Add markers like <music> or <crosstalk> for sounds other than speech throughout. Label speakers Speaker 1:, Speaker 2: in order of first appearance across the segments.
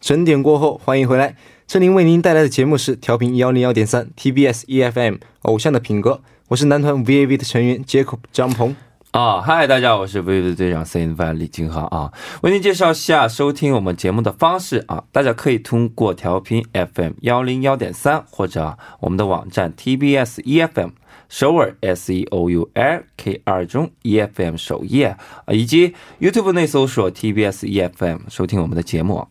Speaker 1: 整点过后，欢迎回来。这里为您带来的节目是调频幺零幺点三 TBS EFM《偶 E 像的品格》，我是男团 VAV 的成员 Jacob 张鹏。
Speaker 2: 啊，嗨，大家好，我是 v i v 队长 C N Y 李金航啊，为您介绍下收听我们节目的方式啊，大家可以通过调频 FM 幺零幺点三或者、啊、我们的网站 TBS EFM E 首尔 S E O U L K 二中 EFM 首页啊，以及 YouTube 内搜索 TBS EFM E 收听我们的节目啊。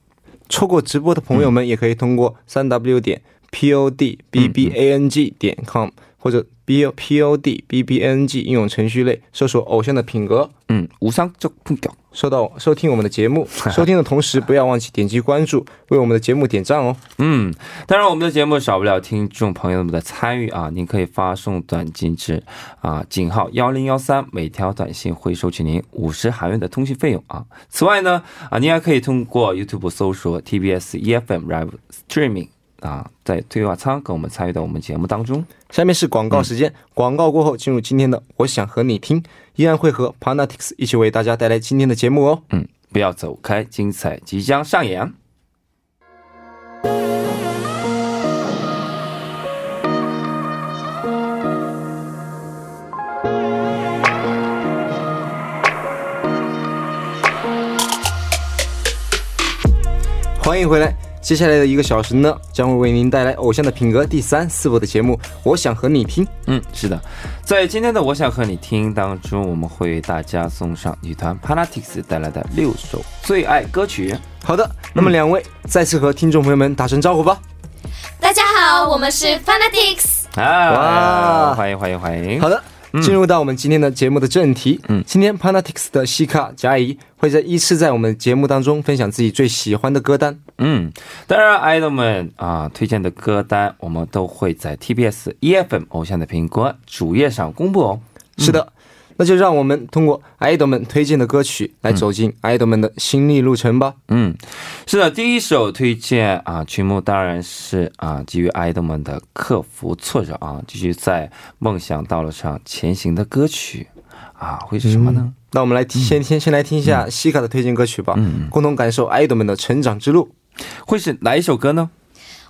Speaker 1: 错过直播的朋友们，也可以通过三 w 点 p o d b b a n g 点 com 或者 b p o d b b a n g 应用程序内搜索“偶像的品格
Speaker 2: 嗯，无상적품격”，
Speaker 1: 收到收听我们的节目。收听的同时，不要忘记点击关注，为我们的节目点赞哦。
Speaker 2: 嗯，当然我们的节目少不了听众朋友们的参与啊，您可以发送短信至啊井号幺零幺三，每条短信会收取您五十韩元的通信费用啊。此外呢，啊您还可以通过 YouTube 搜索 TBS EFM E Live Streaming 啊，在对话仓跟我们参与到我们节目当中。
Speaker 1: 下面是广告时间，广告过后进入今天的“我想和你听”，依然会和 Panatics 一起为大家带来今天的节目哦。
Speaker 2: 嗯，不要走开，精彩即将上演。
Speaker 1: 欢迎回来。接下来的一个小时呢，将会为您带来《偶像的品格》第三、四部的节目。我想和你听，
Speaker 2: 嗯，是的，在今天的我想和你听当中，我们会为大家送上女团 Panatics 带来的六首最爱歌曲。
Speaker 1: 好的，那么两位、再次和听众朋友们打声招呼吧。
Speaker 3: 大家好，我们是 Fanatics。
Speaker 2: 啊，欢迎欢迎欢迎！
Speaker 1: 好，的，进入到我们今天的节目的正题。嗯，今天 Panatics 的西卡贾怡会在依次在我们节目当中分享自己最喜欢的歌单。
Speaker 2: 嗯，当然，爱豆们啊，推荐的歌单我们都会在 TBS EFM E 偶像的苹果主页上公布哦。
Speaker 1: 嗯是的，那就让我们通过 idol 们推荐的歌曲来走进 idol 们的心历路程吧。
Speaker 2: 嗯，是的，第一首推荐啊，曲目当然是啊，基于爱豆们的克服挫折啊，继续在梦想道路上前行的歌曲啊，会是什么呢？
Speaker 1: 那我们来先听，先来听一下西卡的推荐歌曲吧，共同感受 idol 们的成长之路。
Speaker 2: 会是哪一首歌呢？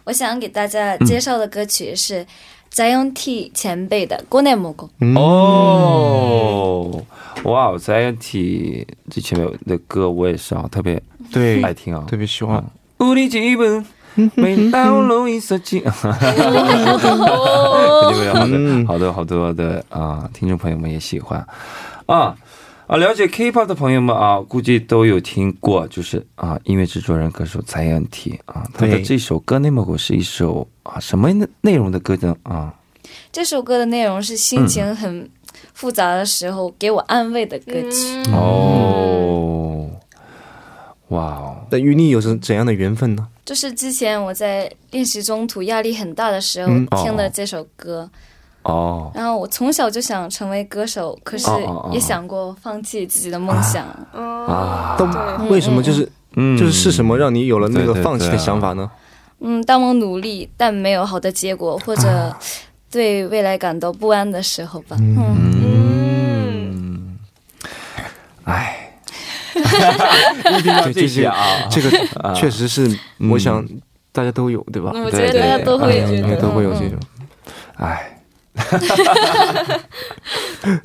Speaker 3: 我想给大家介绍的歌曲是 Zion.T 前辈的《郭内蘑菇》。
Speaker 2: 哦，哇，Zion.T 这前面的歌我也是啊，特别
Speaker 1: 对哎
Speaker 2: 爱听啊。
Speaker 1: 特别喜欢。
Speaker 2: 우리
Speaker 1: <laughs>
Speaker 2: 집은매달로있었지 <laughs> 肯定会有好多好多
Speaker 1: 嗯
Speaker 2: 好多的啊、听众朋友们也喜欢啊啊！了解 K-pop 的朋友们啊，估计都有听过，就是啊，音乐制作人歌手蔡恩体啊，他的
Speaker 1: 对
Speaker 2: 这首歌《内蒙古》是一首啊什么内内容的歌呢？啊，
Speaker 3: 这首歌的内容是心情很复杂的时候给我安慰的歌曲。
Speaker 1: 嗯
Speaker 2: 哦，哇哦，
Speaker 1: 那与你有着怎样的缘分呢？
Speaker 3: 就是之前我在练习中途压力很大的时候
Speaker 1: 嗯
Speaker 2: 哦
Speaker 3: 听的这首歌，
Speaker 2: 哦，
Speaker 3: 然后我从小就想成为歌手，可是
Speaker 2: 哦哦哦
Speaker 3: 也想过放弃自己的梦想。
Speaker 2: 啊
Speaker 1: 但为什么就是
Speaker 2: 嗯
Speaker 1: 就是是什么让你有了那
Speaker 2: 对
Speaker 1: 个
Speaker 2: 对对
Speaker 1: 放弃的想法呢？
Speaker 3: 嗯，当我努力但没有好的结果，或
Speaker 2: 啊
Speaker 3: 者对未来感到不安的时候吧。嗯，
Speaker 2: 嗯，
Speaker 1: <laughs>
Speaker 2: 哎， <laughs> 一听到这些啊，
Speaker 1: 这个 <laughs> 确实是，我想大家都有，对吧？
Speaker 3: 嗯我
Speaker 2: 对
Speaker 3: 觉得大家
Speaker 2: 对
Speaker 3: 都会
Speaker 2: 嗯
Speaker 3: 觉
Speaker 1: 应该
Speaker 3: 得
Speaker 1: 都会有这 <laughs> 种。
Speaker 2: 哎， <laughs>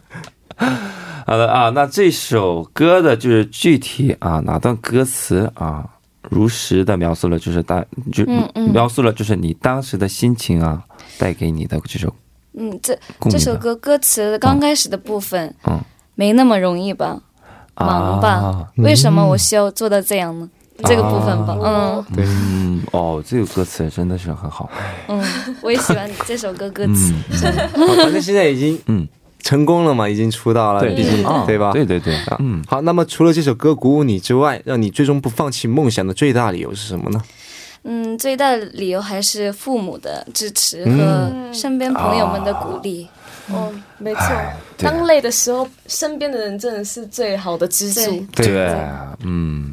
Speaker 2: 好的啊，那这首歌的就是具体啊哪段歌词啊，如实的描述了就是大就
Speaker 3: 嗯嗯
Speaker 2: 描述了就是你当时的心情啊，带给你的这首
Speaker 3: 嗯，这
Speaker 2: 共鸣的
Speaker 3: 这首歌歌词刚开始的部分，
Speaker 2: 嗯
Speaker 3: 没那么容易吧？忙吧、
Speaker 2: 啊，
Speaker 3: 为什么我需要做到这样呢？这个部分吧，嗯
Speaker 1: 对，
Speaker 2: 嗯哦，这个歌词真的是很好，
Speaker 3: 嗯，我也喜欢这首歌歌词。
Speaker 2: 嗯，
Speaker 1: 反正现在已经
Speaker 2: 嗯
Speaker 1: 成功了嘛，已经出道了，
Speaker 2: 对，
Speaker 1: 毕竟
Speaker 2: 啊
Speaker 1: 对吧？
Speaker 2: 对对对，
Speaker 1: 啊
Speaker 2: 嗯，
Speaker 1: 好，那么除了这首歌鼓舞你之外，让你最终不放弃梦想的最大理由是什么呢？
Speaker 3: 嗯，最大的理由还是父母的支持
Speaker 2: 嗯
Speaker 3: 和身边朋友们的鼓励。
Speaker 2: 啊
Speaker 4: 哦，没错
Speaker 2: 哎，对
Speaker 4: 当累的时候，身边的人真的是最好的支
Speaker 3: 对
Speaker 4: 柱。
Speaker 2: 对，嗯，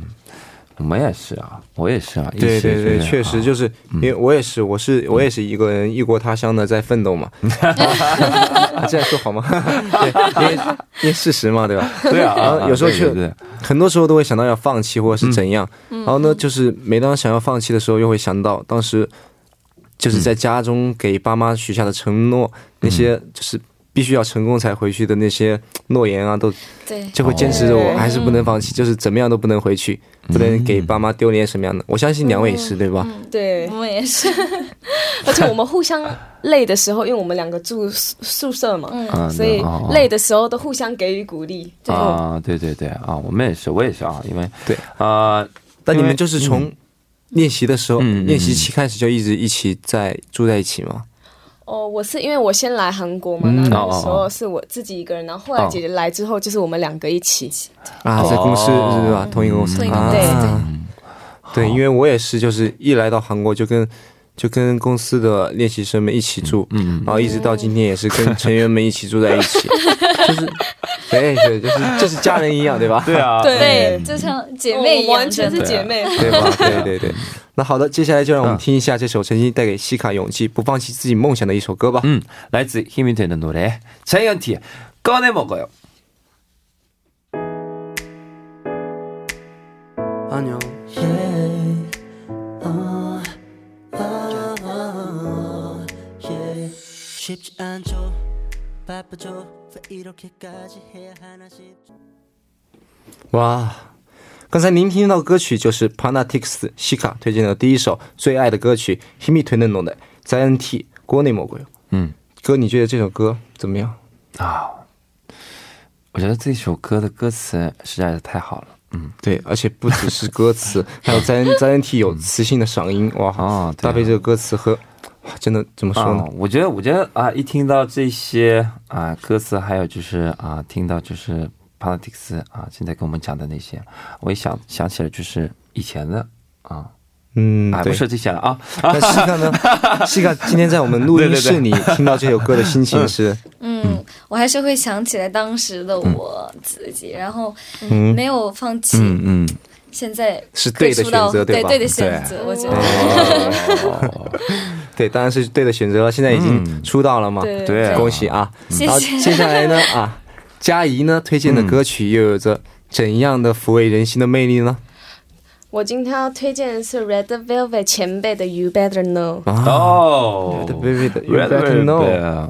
Speaker 2: 我们也是啊，我也是啊，啊嗯一
Speaker 1: 对
Speaker 2: 时
Speaker 1: 对对，
Speaker 2: 觉得
Speaker 1: 确
Speaker 2: <laughs>
Speaker 1: 实就是因为我也是，我是我也是一个人异国他乡的在奋斗嘛。
Speaker 2: 嗯
Speaker 1: <laughs> 啊这样说好
Speaker 2: <laughs>
Speaker 1: 吗？对，因为因为事实嘛，对吧？
Speaker 2: 啊对啊啊，
Speaker 1: 然后有时候
Speaker 2: 对
Speaker 1: 去
Speaker 2: 对对
Speaker 1: 很多时候都会想到要放弃或者是怎样，
Speaker 2: 嗯
Speaker 1: 然后呢，就是每当想要放弃的时候，又会想到当时就是在家中给爸妈许下的承诺，那些
Speaker 2: 嗯
Speaker 1: 就是必须要成功才回去的那些诺言啊，都
Speaker 3: 对，
Speaker 1: 就会坚持着我
Speaker 3: 哦
Speaker 1: 还是不能放弃，就是怎么样都不能回去，
Speaker 2: 嗯
Speaker 1: 不能给爸妈丢脸什么样的。我相信两位也是，对吧？
Speaker 4: 对
Speaker 3: 我，们也是，
Speaker 4: 而且我们互相累的时候，因为我们两个住宿宿舍嘛，
Speaker 2: 啊
Speaker 4: 所以
Speaker 2: 那啊啊
Speaker 4: 累的时候都互相给予鼓励。
Speaker 2: 啊，对对对啊，我们也是，我也是啊，因为
Speaker 1: 对
Speaker 2: 啊，
Speaker 1: 但你
Speaker 2: 因
Speaker 1: 们
Speaker 2: 为
Speaker 1: 就是从练习的时候，
Speaker 2: 嗯嗯嗯嗯
Speaker 1: 练习期开始就一直一起在住在一起嘛。
Speaker 4: 哦，我是因为我先来韩国嘛，
Speaker 2: 嗯
Speaker 4: 然后那
Speaker 2: 哦哦
Speaker 4: 个
Speaker 2: 哦
Speaker 4: 时候是我自己一个人，然后后来
Speaker 2: 哦
Speaker 4: 姐姐来之后，就是我们两个一起。
Speaker 1: 啊，在公司
Speaker 2: 哦嗯
Speaker 1: 是吧？同一个公司
Speaker 3: 同一个
Speaker 1: 啊
Speaker 3: 公司
Speaker 1: 对，因为我也是，就是一来到韩国就跟就跟公司的练习生们一起住，
Speaker 2: 嗯
Speaker 1: 然后一直到今天也是跟成员们一起住在一
Speaker 2: <laughs>
Speaker 1: 起，就是对对，就是就是家人一样，对吧？
Speaker 2: 对哦啊，
Speaker 4: 对
Speaker 3: 对，就像姐妹一
Speaker 4: 我们
Speaker 3: 样，
Speaker 4: 完全
Speaker 3: 真
Speaker 4: 是
Speaker 3: 的。
Speaker 4: 姐妹。
Speaker 1: 对吧？ <laughs> 对对对。那好的，接下来就让我们听一下这首曾经带给西卡勇气、不放弃自己梦想的一首歌吧。
Speaker 2: 음, 라이츠 힘이 되는 노래 자이언티의 꺼내 먹어요.
Speaker 1: 안녕.
Speaker 5: 쉽지 않죠 바쁘죠 왜 이렇게까지 해야 하나 싶
Speaker 1: 哇，刚才您听到的歌曲就是 Panatics 西卡推荐的第一首最爱的歌曲《Himi t o n e n o 的 ZNT 郭内某鬼。
Speaker 2: 嗯，
Speaker 1: 哥，你觉得这首歌怎么样？
Speaker 2: 啊，我觉得这首歌的歌词实在是太好了。嗯，
Speaker 1: 对，而且不只是歌词， <laughs> 还有 ZN ZNT 有磁性的嗓音，哇，
Speaker 2: 哦对
Speaker 1: 搭
Speaker 2: 啊
Speaker 1: 配这个歌词和，哇真的怎么说呢
Speaker 2: 啊？，我觉得，我觉得啊，一听到这些啊歌词，还有就是啊，听到就是帕拉蒂克斯啊，现在跟我们讲的那些，我一想想起来就是以前的啊，
Speaker 1: 嗯，
Speaker 2: 啊，
Speaker 1: 对
Speaker 2: 不。说这些了啊，
Speaker 1: 那西卡呢？西卡今天在我们录音室
Speaker 2: 对
Speaker 1: 里听到这首歌的心情是，
Speaker 3: 嗯，我还是会想起来当时的我自己，然后
Speaker 1: 嗯，
Speaker 3: 没有放弃，
Speaker 2: 嗯嗯，
Speaker 3: 现在
Speaker 1: 是对的
Speaker 3: 可以出道
Speaker 1: 选择对哦
Speaker 3: 对
Speaker 1: 吧
Speaker 3: 的选择，我觉得。
Speaker 1: 对，当然是对的选择了。现在已经
Speaker 2: 嗯
Speaker 1: 出道了嘛，
Speaker 4: 对
Speaker 2: 对啊
Speaker 1: 恭喜啊！
Speaker 3: 谢
Speaker 1: 然后
Speaker 3: 谢。
Speaker 1: 接下来
Speaker 4: <laughs>
Speaker 1: 呢啊，佳怡呢推荐的歌曲又有着怎样的抚慰人心的魅力呢？
Speaker 4: 我今天要推荐的是 Red Velvet 前辈的 You Better Know。
Speaker 1: 啊，
Speaker 2: 哦
Speaker 1: ，Baby 的 You
Speaker 2: Red
Speaker 1: Better Know，
Speaker 2: Velvet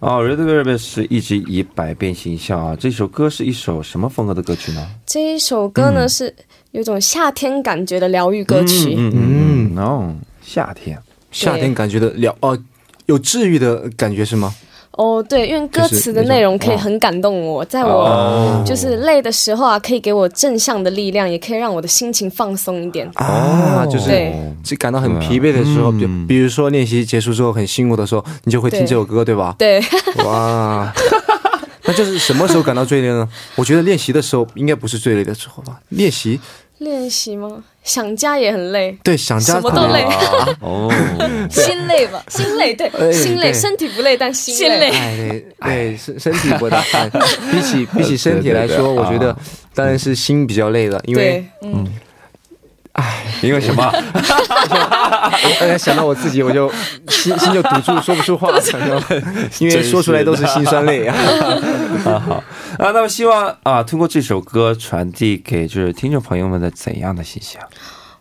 Speaker 2: 哦，Red Velvet 是一直以百变形象啊。这首歌是一首什么风格的歌曲呢？
Speaker 4: 这一首歌呢、是有种夏天感觉的疗愈歌曲。
Speaker 2: 嗯嗯，哦，夏天，
Speaker 1: 夏天感觉的了哦，有治愈的感觉是吗？
Speaker 4: 哦，对，因为歌词的内容可以很感动
Speaker 1: 哦
Speaker 4: 我，在
Speaker 3: 哦
Speaker 4: 我就是累的时候啊，可以给我正向的力量，也可以让我的心情放松一
Speaker 2: 哦
Speaker 4: 点。
Speaker 1: 啊，就是
Speaker 4: 对
Speaker 1: 就感到很疲惫的时候，
Speaker 2: 对啊
Speaker 1: 就
Speaker 2: 嗯
Speaker 1: 比如说练习结束之后很辛苦的时候，你就会听
Speaker 4: 对
Speaker 1: 这首歌，对吧？
Speaker 4: 对， <laughs>
Speaker 1: 哇，那就是什么时候感到最累呢？我觉得练习的时候应该不是最累的时候吧？练习
Speaker 4: 练习吗？想家也很累，
Speaker 1: 对想家
Speaker 4: 什么都累
Speaker 1: 可能啊
Speaker 2: 哦，
Speaker 3: 心累
Speaker 1: <laughs>
Speaker 3: 吧，
Speaker 4: 心累，对，
Speaker 1: 哎
Speaker 4: 心
Speaker 1: 对
Speaker 4: 累，身体不累，但心
Speaker 3: 心累
Speaker 1: 哎，对对，身身体不大，哎比起
Speaker 2: <laughs>
Speaker 1: 比起身体来
Speaker 2: 对啊对
Speaker 1: 说，
Speaker 2: 对
Speaker 1: 我觉得当然是心比较累了，因为
Speaker 4: 对，
Speaker 2: 因为什 <laughs> 么？
Speaker 1: 我刚才想到我自己，我就心心就堵住，说不出
Speaker 2: <laughs>
Speaker 1: 话，因为说出来都是心酸泪啊。
Speaker 2: 啊好 <laughs> 啊，那么希望啊，通过这首歌传递给就是听众朋友们的怎样的信息啊？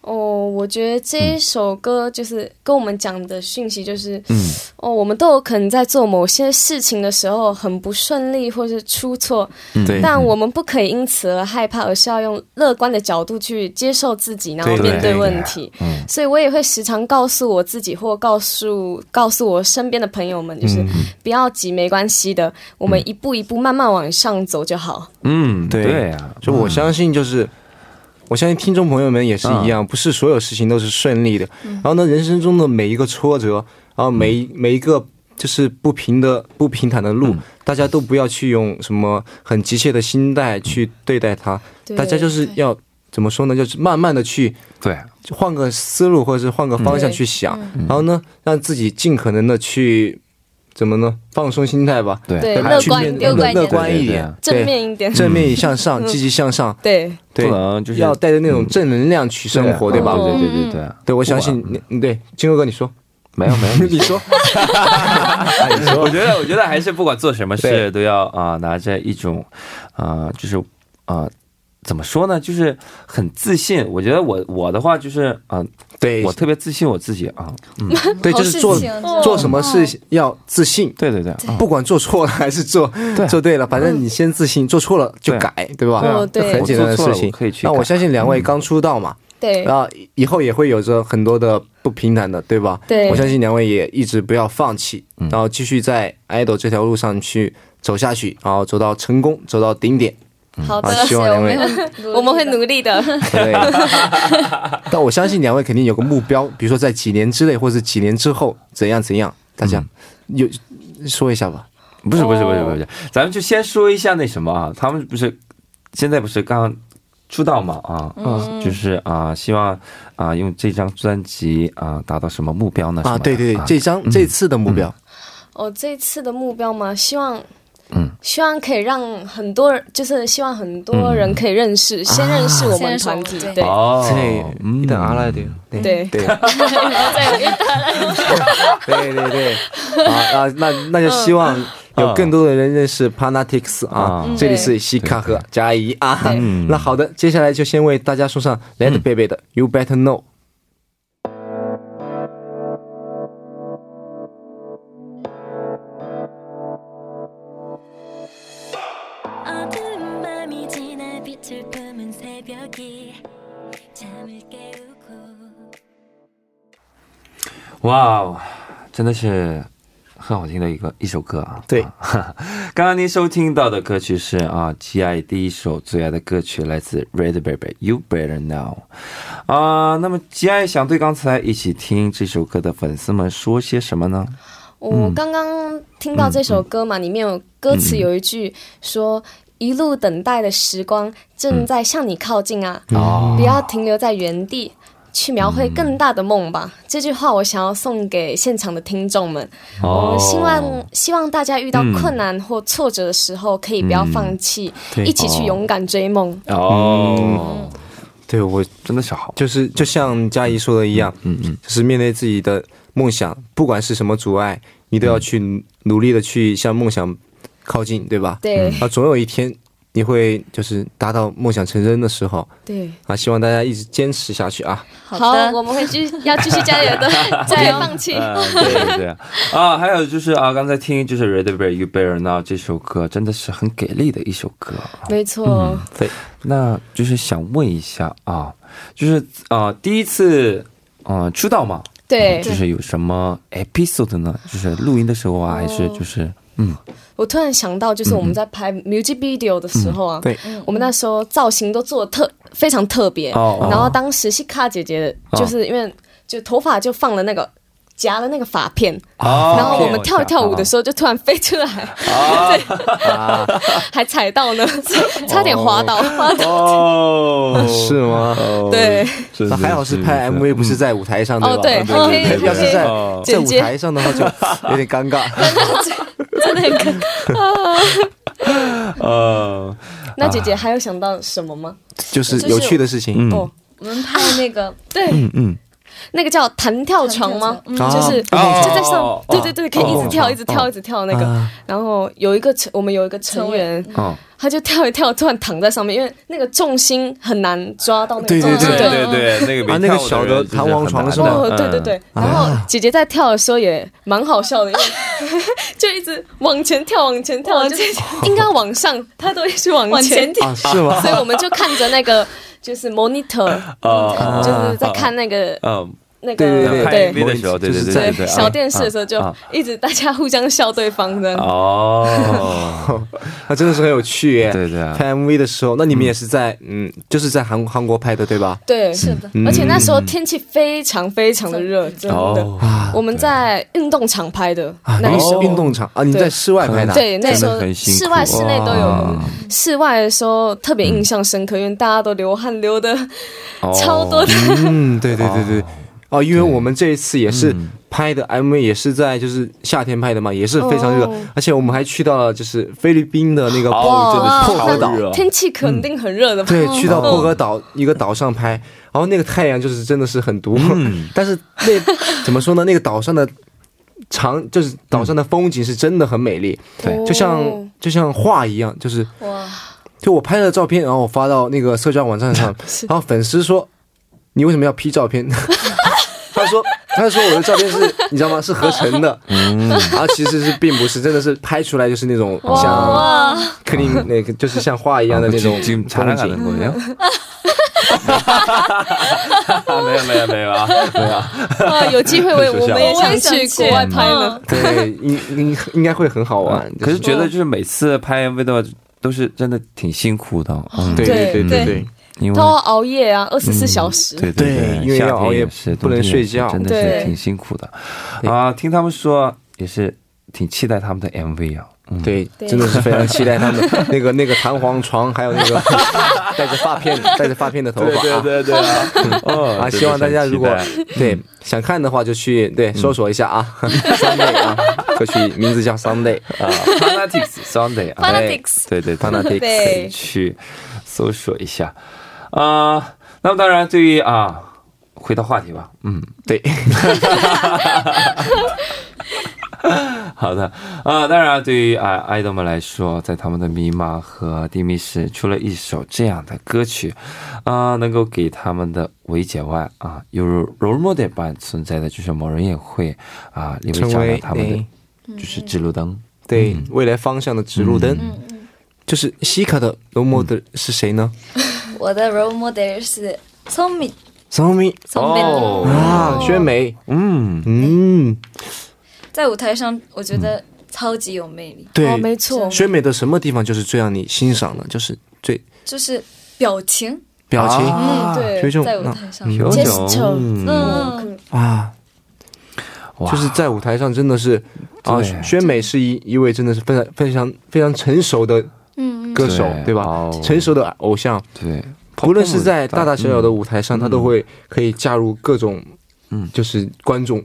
Speaker 4: 哦，我觉得这
Speaker 1: 嗯
Speaker 4: 一首歌就是跟我们讲的讯息就是，
Speaker 2: 嗯
Speaker 4: 哦，我们都有可能在做某些事情的时候很不顺利或是出错，
Speaker 1: 对
Speaker 4: 但我们不可以因此而害怕，而是要用乐观的角度去接受自己，然后
Speaker 1: 对
Speaker 4: 面对
Speaker 1: 对
Speaker 4: 问题。
Speaker 2: 嗯
Speaker 4: 所以我也会时常告诉我自己，或告诉告诉我身边的朋友们，
Speaker 1: 嗯
Speaker 4: 就是、不要急，没关系的，我们一步一步慢慢往上走就好。
Speaker 2: 嗯，
Speaker 1: 对
Speaker 2: 对啊，
Speaker 1: 就我相信，就是我相信听众朋友们也是
Speaker 4: 嗯
Speaker 1: 一样，不是所有事情都是顺利的。然后呢，人生中的每一个挫折，
Speaker 4: 嗯
Speaker 1: 然后每一每一个就是不平的不平坦的
Speaker 4: 嗯
Speaker 1: 路，大家都不要去用什么很急切的心态去对待它，
Speaker 4: 对
Speaker 1: 大家就是要怎么说呢？就是慢慢的去
Speaker 2: 对，
Speaker 1: 就换
Speaker 4: 嗯
Speaker 1: 个思路，或者是换个方向去想，然后呢，让自己尽可能的去怎么呢？放松心态吧，
Speaker 2: 对
Speaker 4: 对
Speaker 1: 吧
Speaker 4: 乐
Speaker 1: 去
Speaker 4: 观
Speaker 1: 面
Speaker 4: 乐观一点
Speaker 1: 乐观一点，对
Speaker 4: 正面一嗯点，
Speaker 1: 正面向上，积极向上，
Speaker 4: 对，
Speaker 1: 对
Speaker 2: 不，能就是
Speaker 1: 要带着那种正能量去生嗯活，对啊哦吧？
Speaker 2: 对对对对，
Speaker 1: 对，我相信你，你对金哥哥，你说，
Speaker 2: 没有没有，
Speaker 1: 你说，哎
Speaker 2: 我觉得，我觉得还是不管做什么事
Speaker 1: 对
Speaker 2: 都要啊、拿着一种啊、就是啊、怎么说呢，就是很自信。我觉得我我的话就是啊、
Speaker 1: <laughs> 对
Speaker 2: 我，特别自信我自己啊。嗯，
Speaker 1: 对，
Speaker 3: 好
Speaker 1: 就是做
Speaker 3: 事情哦
Speaker 1: 做什么事要自信，
Speaker 2: 对对对，啊
Speaker 1: 不管做错了还是做做哦对了，反正你先自信，做错了就
Speaker 2: 对
Speaker 1: 改，对吧？
Speaker 2: 对啊
Speaker 4: 哦对
Speaker 1: 这很简单的
Speaker 2: 我做错
Speaker 1: 事
Speaker 2: 了
Speaker 1: 情
Speaker 2: 我可以。去
Speaker 1: 那
Speaker 2: 改
Speaker 1: 我相信两位刚出道嘛，
Speaker 4: 对
Speaker 1: 然后以后也会有着很多的不平坦的，对吧？
Speaker 4: 对
Speaker 1: 我相信两位也一直不要放弃，然后继续在 idol 这条路上去走下去，然后走到成功，走到顶点。
Speaker 3: 好的，
Speaker 1: 好希望两位
Speaker 4: <laughs> 我们会
Speaker 3: 力
Speaker 4: 努力的。
Speaker 1: <laughs> 对，
Speaker 4: <laughs>
Speaker 1: 但我相信两位肯定有个目标，比如说在几年之内，或者几年之后怎样怎样，大家有说一下吧。
Speaker 2: 不是不是不是不是，咱们就先说一下那什么啊，他们不是现在不是刚出道嘛啊，嗯、就是啊、希望啊、用这张专辑啊、达到什么目标呢？什
Speaker 1: 啊，嗯
Speaker 2: 么的
Speaker 1: 对对对，这张、这次的目标，
Speaker 4: 我哦这次的目标嘛，希望，
Speaker 2: 嗯，
Speaker 4: 希望可以让很多人，就是希望很多人可以认识，先认识我们团体
Speaker 3: 先，认识
Speaker 4: 对
Speaker 3: 我
Speaker 2: 嗯啊哦，
Speaker 1: 对，一等阿拉对，对嗯
Speaker 4: 对
Speaker 1: 对 <laughs> 对对对，啊，那那那就希望有更多的人认识 Panatics 啊
Speaker 2: 嗯，
Speaker 1: 这里是西卡和加怡啊。 <laughs> 那好的，接下来就先为大家送上 Led b a b y 的 You Better Know。
Speaker 6: 어두운 밤이 지나 빛을 품은 새벽이 잠을 깨우고
Speaker 2: 哇哦，真的是很好听的一个一首歌啊！
Speaker 1: 对
Speaker 2: 啊，刚刚您收听到的歌曲是啊，G.I. 第一首最爱的歌曲来自 Red Baby You Better Now 啊。那么 G.I. 想对刚才一起听这首歌的粉丝们说些什么呢？嗯
Speaker 4: 我刚刚听到这首歌嘛，里面有歌词有一句说：“一路等待的时光正在向你靠近啊，
Speaker 2: 嗯哦
Speaker 4: 不要停留在原地。”去描绘更大的梦吧，
Speaker 2: 嗯
Speaker 4: 这句话我想要送给现场的听众们。
Speaker 2: 哦
Speaker 4: 我希望希望大家遇到困难或挫折的时候，可以不要放弃，
Speaker 2: 嗯
Speaker 4: 一起去勇敢追梦。
Speaker 2: 哦，
Speaker 1: 对我
Speaker 2: 真的是好，
Speaker 1: 嗯就是就像佳怡说的一样，嗯嗯，就是面对自己的梦想，不管是什么阻碍，你都要去努努力的去向梦想靠近，对吧？
Speaker 4: 对
Speaker 2: 嗯
Speaker 1: 啊，总有一天你会就是达到梦想成真的时候
Speaker 4: 对，
Speaker 1: 啊！希望大家一直坚持下去啊！
Speaker 4: 好
Speaker 3: 的，
Speaker 4: 我们会继续要继续加油
Speaker 2: <laughs>
Speaker 4: 的，再放弃。
Speaker 2: 嗯，对对啊，还有就是啊，刚才听就是 Red Baby You Better Now 这首歌，真的是很给力的一首歌啊。
Speaker 4: 没错，
Speaker 1: 对，
Speaker 2: 那就是想问一下啊，就是啊、呃第一次嗯、呃出道嘛，
Speaker 4: 对，
Speaker 2: 就是有什么 episode 呢？就是录音的时候啊，还
Speaker 4: 哦
Speaker 2: 是就是嗯
Speaker 4: 我突然想到，就是我们在拍 music video 的时
Speaker 2: 嗯
Speaker 4: 候啊，
Speaker 1: 对，
Speaker 4: 我们那时候造型都做的特非常特别，
Speaker 2: 哦哦
Speaker 4: 然后当时西卡姐姐
Speaker 2: 哦
Speaker 4: 就是因为就头发就放了那个。夹了那个发片，
Speaker 2: 哦
Speaker 4: 然后我们跳一跳舞的时候就突然飞出来， <laughs> 对，还踩到呢， <laughs> 差点滑倒，滑倒，
Speaker 2: 哦
Speaker 1: 是吗？
Speaker 4: 对，
Speaker 1: 那还好是拍 MV，不是在舞台上，
Speaker 4: 哦
Speaker 1: 对吧？
Speaker 4: 对对对
Speaker 1: <laughs>
Speaker 4: 对
Speaker 1: 要是在
Speaker 2: 哦
Speaker 1: 在舞
Speaker 4: 剪接
Speaker 1: 台上的话，就有点尴
Speaker 4: <laughs>
Speaker 1: 尬。
Speaker 2: 哦呃
Speaker 4: 那姐姐还有想到什么吗？
Speaker 1: 就是有趣的事情，
Speaker 4: 哦，
Speaker 3: 我们拍那个
Speaker 4: 对，
Speaker 2: 嗯嗯
Speaker 4: 那个叫弹跳床吗？嗯
Speaker 3: 弹
Speaker 1: 跳床
Speaker 4: 就是就
Speaker 2: 哦
Speaker 4: 在
Speaker 2: 哦
Speaker 4: 上，对对对，可以一直
Speaker 2: 哦啊
Speaker 4: 跳，一直跳，一直跳那个。然后有一个成，我们有一个成员，嗯
Speaker 2: 哦，
Speaker 4: 他就跳一跳，突然躺在上面，因为那个重心很难抓到那个重心。
Speaker 1: 对对
Speaker 2: 对，那个
Speaker 1: 啊那个小的弹簧床是吗
Speaker 4: 哦，对对对，，
Speaker 2: 嗯
Speaker 4: 然后
Speaker 2: 啊
Speaker 4: 姐姐在跳的时候也蛮好笑的，因为就一直往前跳，往前跳，就是应该往上，她都一直往
Speaker 3: 往前
Speaker 4: 前
Speaker 3: 跳
Speaker 1: 啊，是
Speaker 4: <laughs>
Speaker 1: 吗？
Speaker 4: 所以我们就看着那个就是 monitor，
Speaker 2: <laughs> 哦
Speaker 4: 就是在看那个
Speaker 2: 嗯，
Speaker 4: 那个
Speaker 1: 对对
Speaker 2: 拍
Speaker 1: 对
Speaker 2: MV 的时候，对对对对，
Speaker 4: 小电视的时候就
Speaker 2: 啊
Speaker 4: 一直大家互相笑对方的。
Speaker 2: 哦，
Speaker 1: 那啊真的是很有趣耶。
Speaker 2: 对对啊
Speaker 1: <laughs>
Speaker 2: <laughs>
Speaker 1: 拍 MV 的时候，那你们也是在嗯，就是在韩韩国拍的对吧？
Speaker 4: 对，是的，
Speaker 2: 嗯
Speaker 4: 而且那时候天气非常非常的热，真
Speaker 2: 哦
Speaker 4: 的。
Speaker 1: 啊，
Speaker 4: 我们在运动场拍的
Speaker 1: 啊
Speaker 4: 那个时候，
Speaker 1: 运动场啊，你
Speaker 4: 对
Speaker 1: 在室外拍的啊，
Speaker 4: 对那时
Speaker 2: 真
Speaker 4: 候
Speaker 2: 的很辛苦
Speaker 4: 室外、室内都有
Speaker 2: 哇。
Speaker 4: 室外的时候特别印象深刻，因为大家都流汗流的
Speaker 2: 哦
Speaker 4: 超多的。
Speaker 1: 嗯，对对对对。哦，因为我们这一次也是
Speaker 4: 嗯
Speaker 1: 拍的 MV，也是在就是夏天拍的嘛，也是非常热
Speaker 4: 哦，
Speaker 1: 而且我们还去到了就是菲律宾的那个
Speaker 2: 哦，真
Speaker 4: 哇
Speaker 2: 的
Speaker 1: 破
Speaker 2: 超
Speaker 1: 壳岛
Speaker 2: 热，嗯
Speaker 4: 天气肯定很热的哦吧？
Speaker 1: 对，去到破格岛一个岛上拍，然后那个太阳就是真的是很毒，但是那怎么说呢？那个岛上的长就是岛上的风景是真的很美丽，
Speaker 2: 对
Speaker 1: 就像
Speaker 4: 哦
Speaker 1: 就像画一样，就是
Speaker 3: 哇，
Speaker 1: 就我拍了照片，然后我发到那个社交网站上，然后粉丝说你为什么要 P 照片？他说他说我的照片是你知道吗？是合成的，然后其实是并不是，真的是拍出来就是那种像
Speaker 4: 哇，
Speaker 1: 肯定那个就是像画一样的那种
Speaker 2: 지금
Speaker 1: 风
Speaker 2: 자랑하는
Speaker 1: 景。
Speaker 2: 거예요? 매요 매요 매요 아, 매요
Speaker 4: 哇有机会
Speaker 2: <laughs>
Speaker 4: 我也
Speaker 2: 是不
Speaker 4: <laughs> 我
Speaker 2: 是啊
Speaker 4: 们
Speaker 3: 我
Speaker 4: 也
Speaker 3: 也
Speaker 4: 想
Speaker 3: 想
Speaker 4: 去
Speaker 3: 去嗯
Speaker 4: 国外拍呢。
Speaker 1: <laughs> 对，应应应该会很好玩。
Speaker 2: 嗯可是
Speaker 1: 就
Speaker 2: 觉得就是每次拍 MV 的话，都是真的挺辛苦的，嗯，
Speaker 1: 哦对对对
Speaker 4: 对
Speaker 1: 对
Speaker 4: 对
Speaker 1: 对，
Speaker 2: 因为
Speaker 4: 都要熬夜啊，二十四小时。
Speaker 2: 对
Speaker 1: 对
Speaker 2: 对，
Speaker 1: 因为
Speaker 2: 夏
Speaker 1: 要熬
Speaker 2: 天
Speaker 1: 夜
Speaker 2: 也是，
Speaker 1: 不
Speaker 2: 冬
Speaker 1: 能
Speaker 2: 天也
Speaker 1: 睡
Speaker 2: 是
Speaker 1: 觉
Speaker 2: 真的
Speaker 4: 对
Speaker 2: 是挺辛苦的啊。听他们说也是挺期待他们的 MV 啊，嗯，
Speaker 1: 对，
Speaker 4: 对
Speaker 1: 真的是非常期待他们那个那个弹簧床，还有那个带着发片带着发片的头发啊。
Speaker 2: 对对啊， <laughs> 哦
Speaker 1: 啊，希望大家如果对想看的话，就去对搜索一下啊，Sunday 啊，歌曲名字叫 Sunday
Speaker 2: 啊，Fanatics Sunday 啊，
Speaker 3: Fanatics
Speaker 2: 对对
Speaker 1: Fanatic，
Speaker 2: 可以
Speaker 4: 对
Speaker 2: 去搜索一下啊、那么当然，对于啊，回到话题吧，嗯，
Speaker 1: 对，
Speaker 2: 好的，啊，当然，对于啊爱豆们来说，在他们的迷茫和低迷时，除了一首这样的歌曲，啊，能够给他们的慰藉外，啊，犹如 role model 般存在的，就是某人也会啊，因为照
Speaker 1: 成
Speaker 2: 亮
Speaker 1: 为
Speaker 2: 他们
Speaker 1: 哎
Speaker 2: 的就是
Speaker 4: 嗯
Speaker 2: 指路灯。
Speaker 1: 对未来方向的指路灯。就是西卡的 role model 是谁呢
Speaker 3: 我的 role model 是聪明
Speaker 1: ？Zombie
Speaker 3: 聪明。
Speaker 1: 哦啊，宣美，
Speaker 2: 嗯，
Speaker 1: 嗯，
Speaker 3: 在舞台上，我觉得超级有魅力，
Speaker 1: 对，
Speaker 4: 哦，没错，
Speaker 1: 选美的什么地方就是最让你欣赏的，就是最
Speaker 3: 就是表情，
Speaker 1: 表情，
Speaker 2: 啊
Speaker 4: 嗯，对
Speaker 1: 就，这
Speaker 3: 在舞
Speaker 1: 种
Speaker 3: 台上，
Speaker 2: 有
Speaker 4: 接
Speaker 2: 种
Speaker 4: 受
Speaker 3: 嗯，
Speaker 1: 嗯啊，
Speaker 2: 哇
Speaker 1: 就是在舞台上真的是啊，
Speaker 2: 对
Speaker 1: 宣美是一一位真的是非常非常非常成熟的
Speaker 3: 嗯
Speaker 1: 歌手，
Speaker 2: 对
Speaker 1: 对吧
Speaker 2: 哦？
Speaker 1: 成熟的偶像，
Speaker 2: 对，
Speaker 1: 无论是在大大小小的舞台上，他都会可以加入各种，
Speaker 2: 嗯
Speaker 1: 就是观众。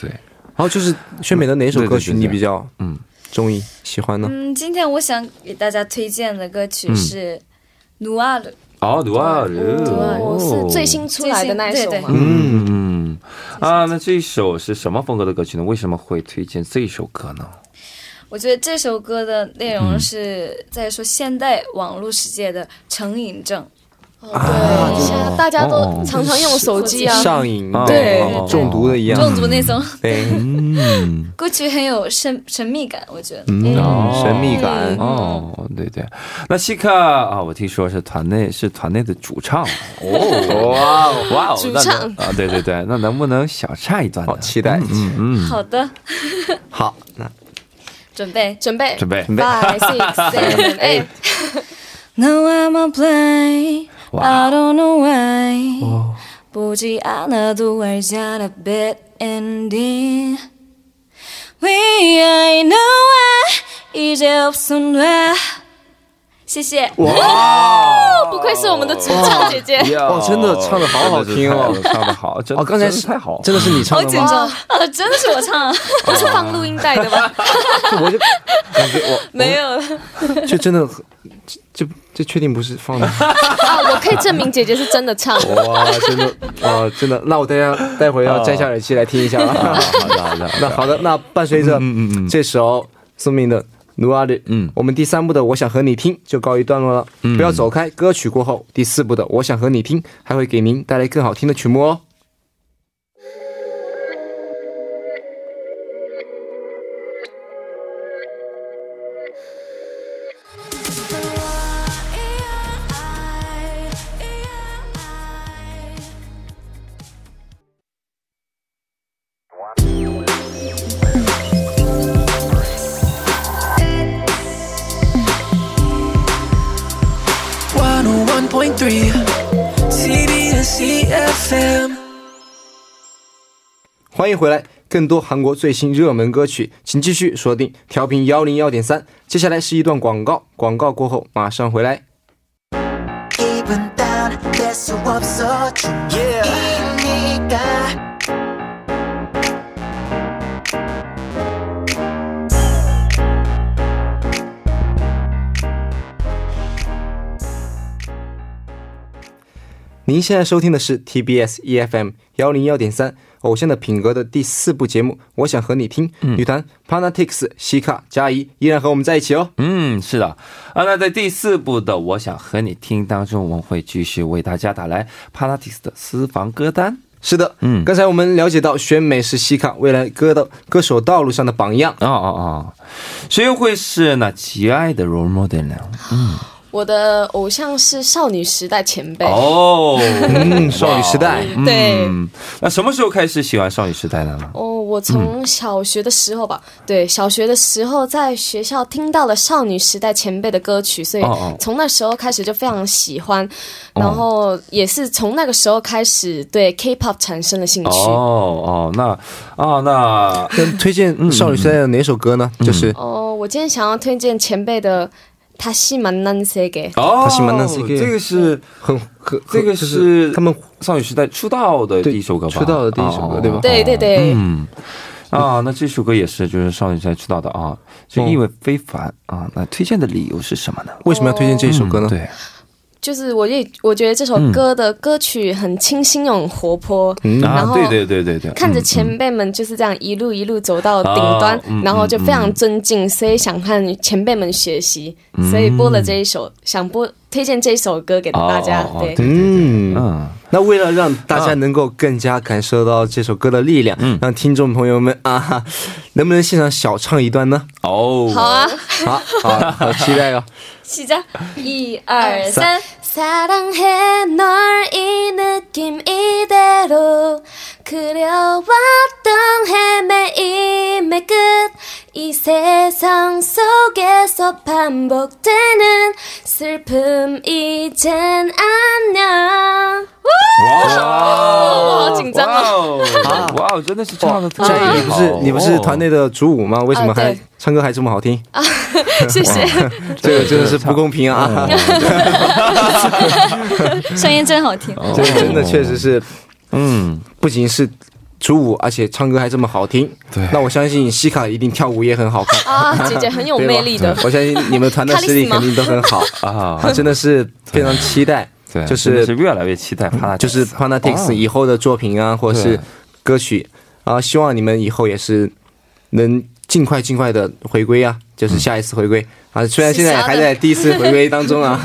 Speaker 2: 对，
Speaker 1: 然后哦就是宣美的哪首歌曲
Speaker 2: 对对对
Speaker 1: 你
Speaker 2: 对
Speaker 1: 比较
Speaker 2: 嗯
Speaker 1: 中意喜欢 <laughs> 呢？
Speaker 3: 嗯，今天我想给大家推荐的歌曲是《努阿鲁》，
Speaker 2: 哦，努尔，
Speaker 4: 我是最新 <laughs> 出来的那一首
Speaker 3: 最新对
Speaker 4: 嘛
Speaker 3: 对，
Speaker 1: 嗯，
Speaker 2: 哦嗯啊，那这一首是什么风格的歌曲呢？为什么会推荐这一首歌呢？
Speaker 3: 我觉得这首歌的内容是在说现代网络世界的成瘾症，
Speaker 4: 对，现在大家
Speaker 2: 哦
Speaker 4: 都常常用手机啊，
Speaker 1: 上瘾
Speaker 2: 哦
Speaker 4: 对
Speaker 2: 哦
Speaker 1: 中毒的一样，
Speaker 3: 中毒那种。
Speaker 1: 对，
Speaker 2: 嗯，
Speaker 3: <laughs> 歌曲很有神神秘感，我觉得。哎
Speaker 2: 哦
Speaker 1: 嗯，神秘感，
Speaker 2: 哦，对对，那西卡啊，我听说是团内是团内的
Speaker 1: <laughs>
Speaker 2: 主唱哦，哇哦哇哦，
Speaker 4: 主
Speaker 2: 那
Speaker 4: 唱
Speaker 2: 能啊，对对对，那能不能小唱一段呢
Speaker 1: 好？期待。
Speaker 2: 嗯，
Speaker 3: 好的，
Speaker 1: 好，那
Speaker 3: 准备。
Speaker 4: 准备
Speaker 2: 准备
Speaker 4: five six seven eight，
Speaker 3: Now 네. I'm a play.
Speaker 2: 와.
Speaker 3: I don't know why. 보지 않아도 알잖아 bad ending. We I know I 이제 없어 나.谢谢。
Speaker 4: 哦，不愧是我们的主唱姐姐，
Speaker 1: 哇真的唱得好好听哦
Speaker 2: 真的是太唱的好，真的
Speaker 1: 哦，刚才
Speaker 2: 真
Speaker 1: 是
Speaker 2: 的太好，
Speaker 1: 真的是你唱的吗？
Speaker 4: 张，
Speaker 3: 啊，真的是我唱啊！
Speaker 4: 不是放录音带的吧？
Speaker 1: 我就感觉
Speaker 4: <laughs>
Speaker 1: 我
Speaker 4: 没有
Speaker 1: 就真的很，这这这确定不是放的
Speaker 4: 啊，我可以证明姐姐是真的唱的。
Speaker 1: <laughs> 哇，真的哇，真的。那我等一下待会要摘下耳机来听一下嗯 <laughs>
Speaker 2: 啊
Speaker 1: 啊。
Speaker 2: 好的好的，
Speaker 1: 那好的，那伴随着这首宋明的《努阿里》，
Speaker 2: 嗯
Speaker 1: 我们第三部的《我想和你听》就告一段落了。不要走开，歌曲过后，第四部的《我想和你听》还会给您带来更好听的曲目哦。
Speaker 7: 101.3 CBS EFM
Speaker 1: 欢迎回来！更多韩国最新热门歌曲，请继续锁定调频幺零幺点三。接下来是一段广告，广告过后马上回来。
Speaker 8: 기분 다운될수 없어 중이니까
Speaker 1: 您现在收听的是 TBS EFM E 幺零幺点三《偶像的品格》的第四部节目，我想和你听。
Speaker 2: 嗯
Speaker 1: 女团 Panatix、西卡、佳怡依然和我们在一起哦。
Speaker 2: 嗯，是的，啊，那在第四部的《我想和你听》当中，我们会继续为大家带来 Panatix 的私房歌单。
Speaker 1: 是的，
Speaker 2: 嗯
Speaker 1: 刚才我们了解到选美是西卡未来歌的歌手道路上的榜样。
Speaker 2: 哦哦哦，谁又会是那极爱的 role model 呢？
Speaker 4: 我的偶像是少女时代前辈，
Speaker 2: 哦，
Speaker 1: 嗯，少女时代，
Speaker 4: 对。
Speaker 2: 嗯，那什么时候开始喜欢少女时代的呢？
Speaker 4: 哦，我从小学的时候吧，对，小学的时候在学校听到了少女时代前辈的歌曲，所以
Speaker 2: 哦哦
Speaker 4: 从那时候开始就非常喜欢，然后也是从那个时候开始对 K-pop 产生了兴
Speaker 2: 哦
Speaker 4: 趣。
Speaker 2: 哦，那啊那
Speaker 1: 跟推
Speaker 2: 嗯
Speaker 1: 荐少女时代的哪首歌呢？就是
Speaker 4: 哦，我今天想要推荐前辈的《他西蛮难塞给》。
Speaker 2: 哦，
Speaker 1: 다시만난세계
Speaker 2: 这个是
Speaker 1: 很很
Speaker 2: 这个
Speaker 1: 就是他们
Speaker 2: 少女时代出道的
Speaker 1: 对
Speaker 2: 第一首歌吧？
Speaker 1: 出道的第一首歌
Speaker 2: 哦
Speaker 1: 对吧
Speaker 4: 对对对
Speaker 2: 嗯。啊，那这首歌也是，就是少女时代出道的啊，就意味非凡啊。那推荐的理由是什么呢？
Speaker 1: 为什么要推荐这一首歌呢？
Speaker 2: 嗯对，
Speaker 4: 就是我也我觉得这首歌的歌曲很清新又很活泼，嗯然
Speaker 2: 啊，
Speaker 4: 后
Speaker 2: 对对对对对，
Speaker 4: 看着
Speaker 2: 嗯
Speaker 4: 前辈们就是这样一路一路走到顶端，
Speaker 2: 哦嗯
Speaker 4: 然后就非常尊敬，所以想看前辈们学习，所以播了这一首，想播推荐这一首歌给大家。
Speaker 2: 哦哦哦
Speaker 4: 对，
Speaker 2: 对
Speaker 1: 嗯
Speaker 2: 嗯，
Speaker 1: 那为了让大家能够更加感受到这首歌的力量，让听众朋友们啊，哈，能不能现场小唱一段 <laughs> 呢？
Speaker 2: 哦，
Speaker 4: 好啊，
Speaker 1: 好，好，好期待哦！
Speaker 4: 起家一
Speaker 3: 二三。 사랑해 널 이 느낌 이대로 그려왔던 헤매임의 끝 이 세상 속에서 반복되는 슬픔 이젠 안녕
Speaker 2: 哇，
Speaker 4: 哇好紧张啊
Speaker 2: 哦，哇，真的是唱的特别
Speaker 1: 佳
Speaker 2: 好。
Speaker 1: 怡，啊你不是你不是团内的主舞吗？为什么还、
Speaker 4: 啊对啊
Speaker 1: 唱歌还这么好听？
Speaker 4: <laughs> 谢谢，
Speaker 1: 这个真的是不公平啊！哈哈
Speaker 3: 声音真好听，
Speaker 1: 这个真的确实是，
Speaker 2: 哦嗯，
Speaker 1: 不仅是主舞，而且唱歌还这么好听。
Speaker 2: 对
Speaker 1: 那我相信西卡一定跳舞也很好看，
Speaker 4: 啊，
Speaker 2: <laughs>
Speaker 4: 姐姐很有
Speaker 1: 对吧
Speaker 4: 魅力的
Speaker 1: 对。我相信你们团的实力肯定都很好
Speaker 2: 啊
Speaker 1: 啊！真的是非常期
Speaker 2: <laughs>
Speaker 1: 待，
Speaker 2: 对，
Speaker 1: 就
Speaker 2: 真的
Speaker 1: 是
Speaker 2: 是越嗯来越期待帕拉，
Speaker 1: 就是 Panatix 以后的作品啊，或者是
Speaker 2: 对
Speaker 1: 歌曲啊，希望你们以后也是能尽快尽快的回归啊，
Speaker 2: 嗯
Speaker 1: 就是下一次回归啊。虽然现在还在第一次回归当中
Speaker 2: <laughs>
Speaker 1: 啊，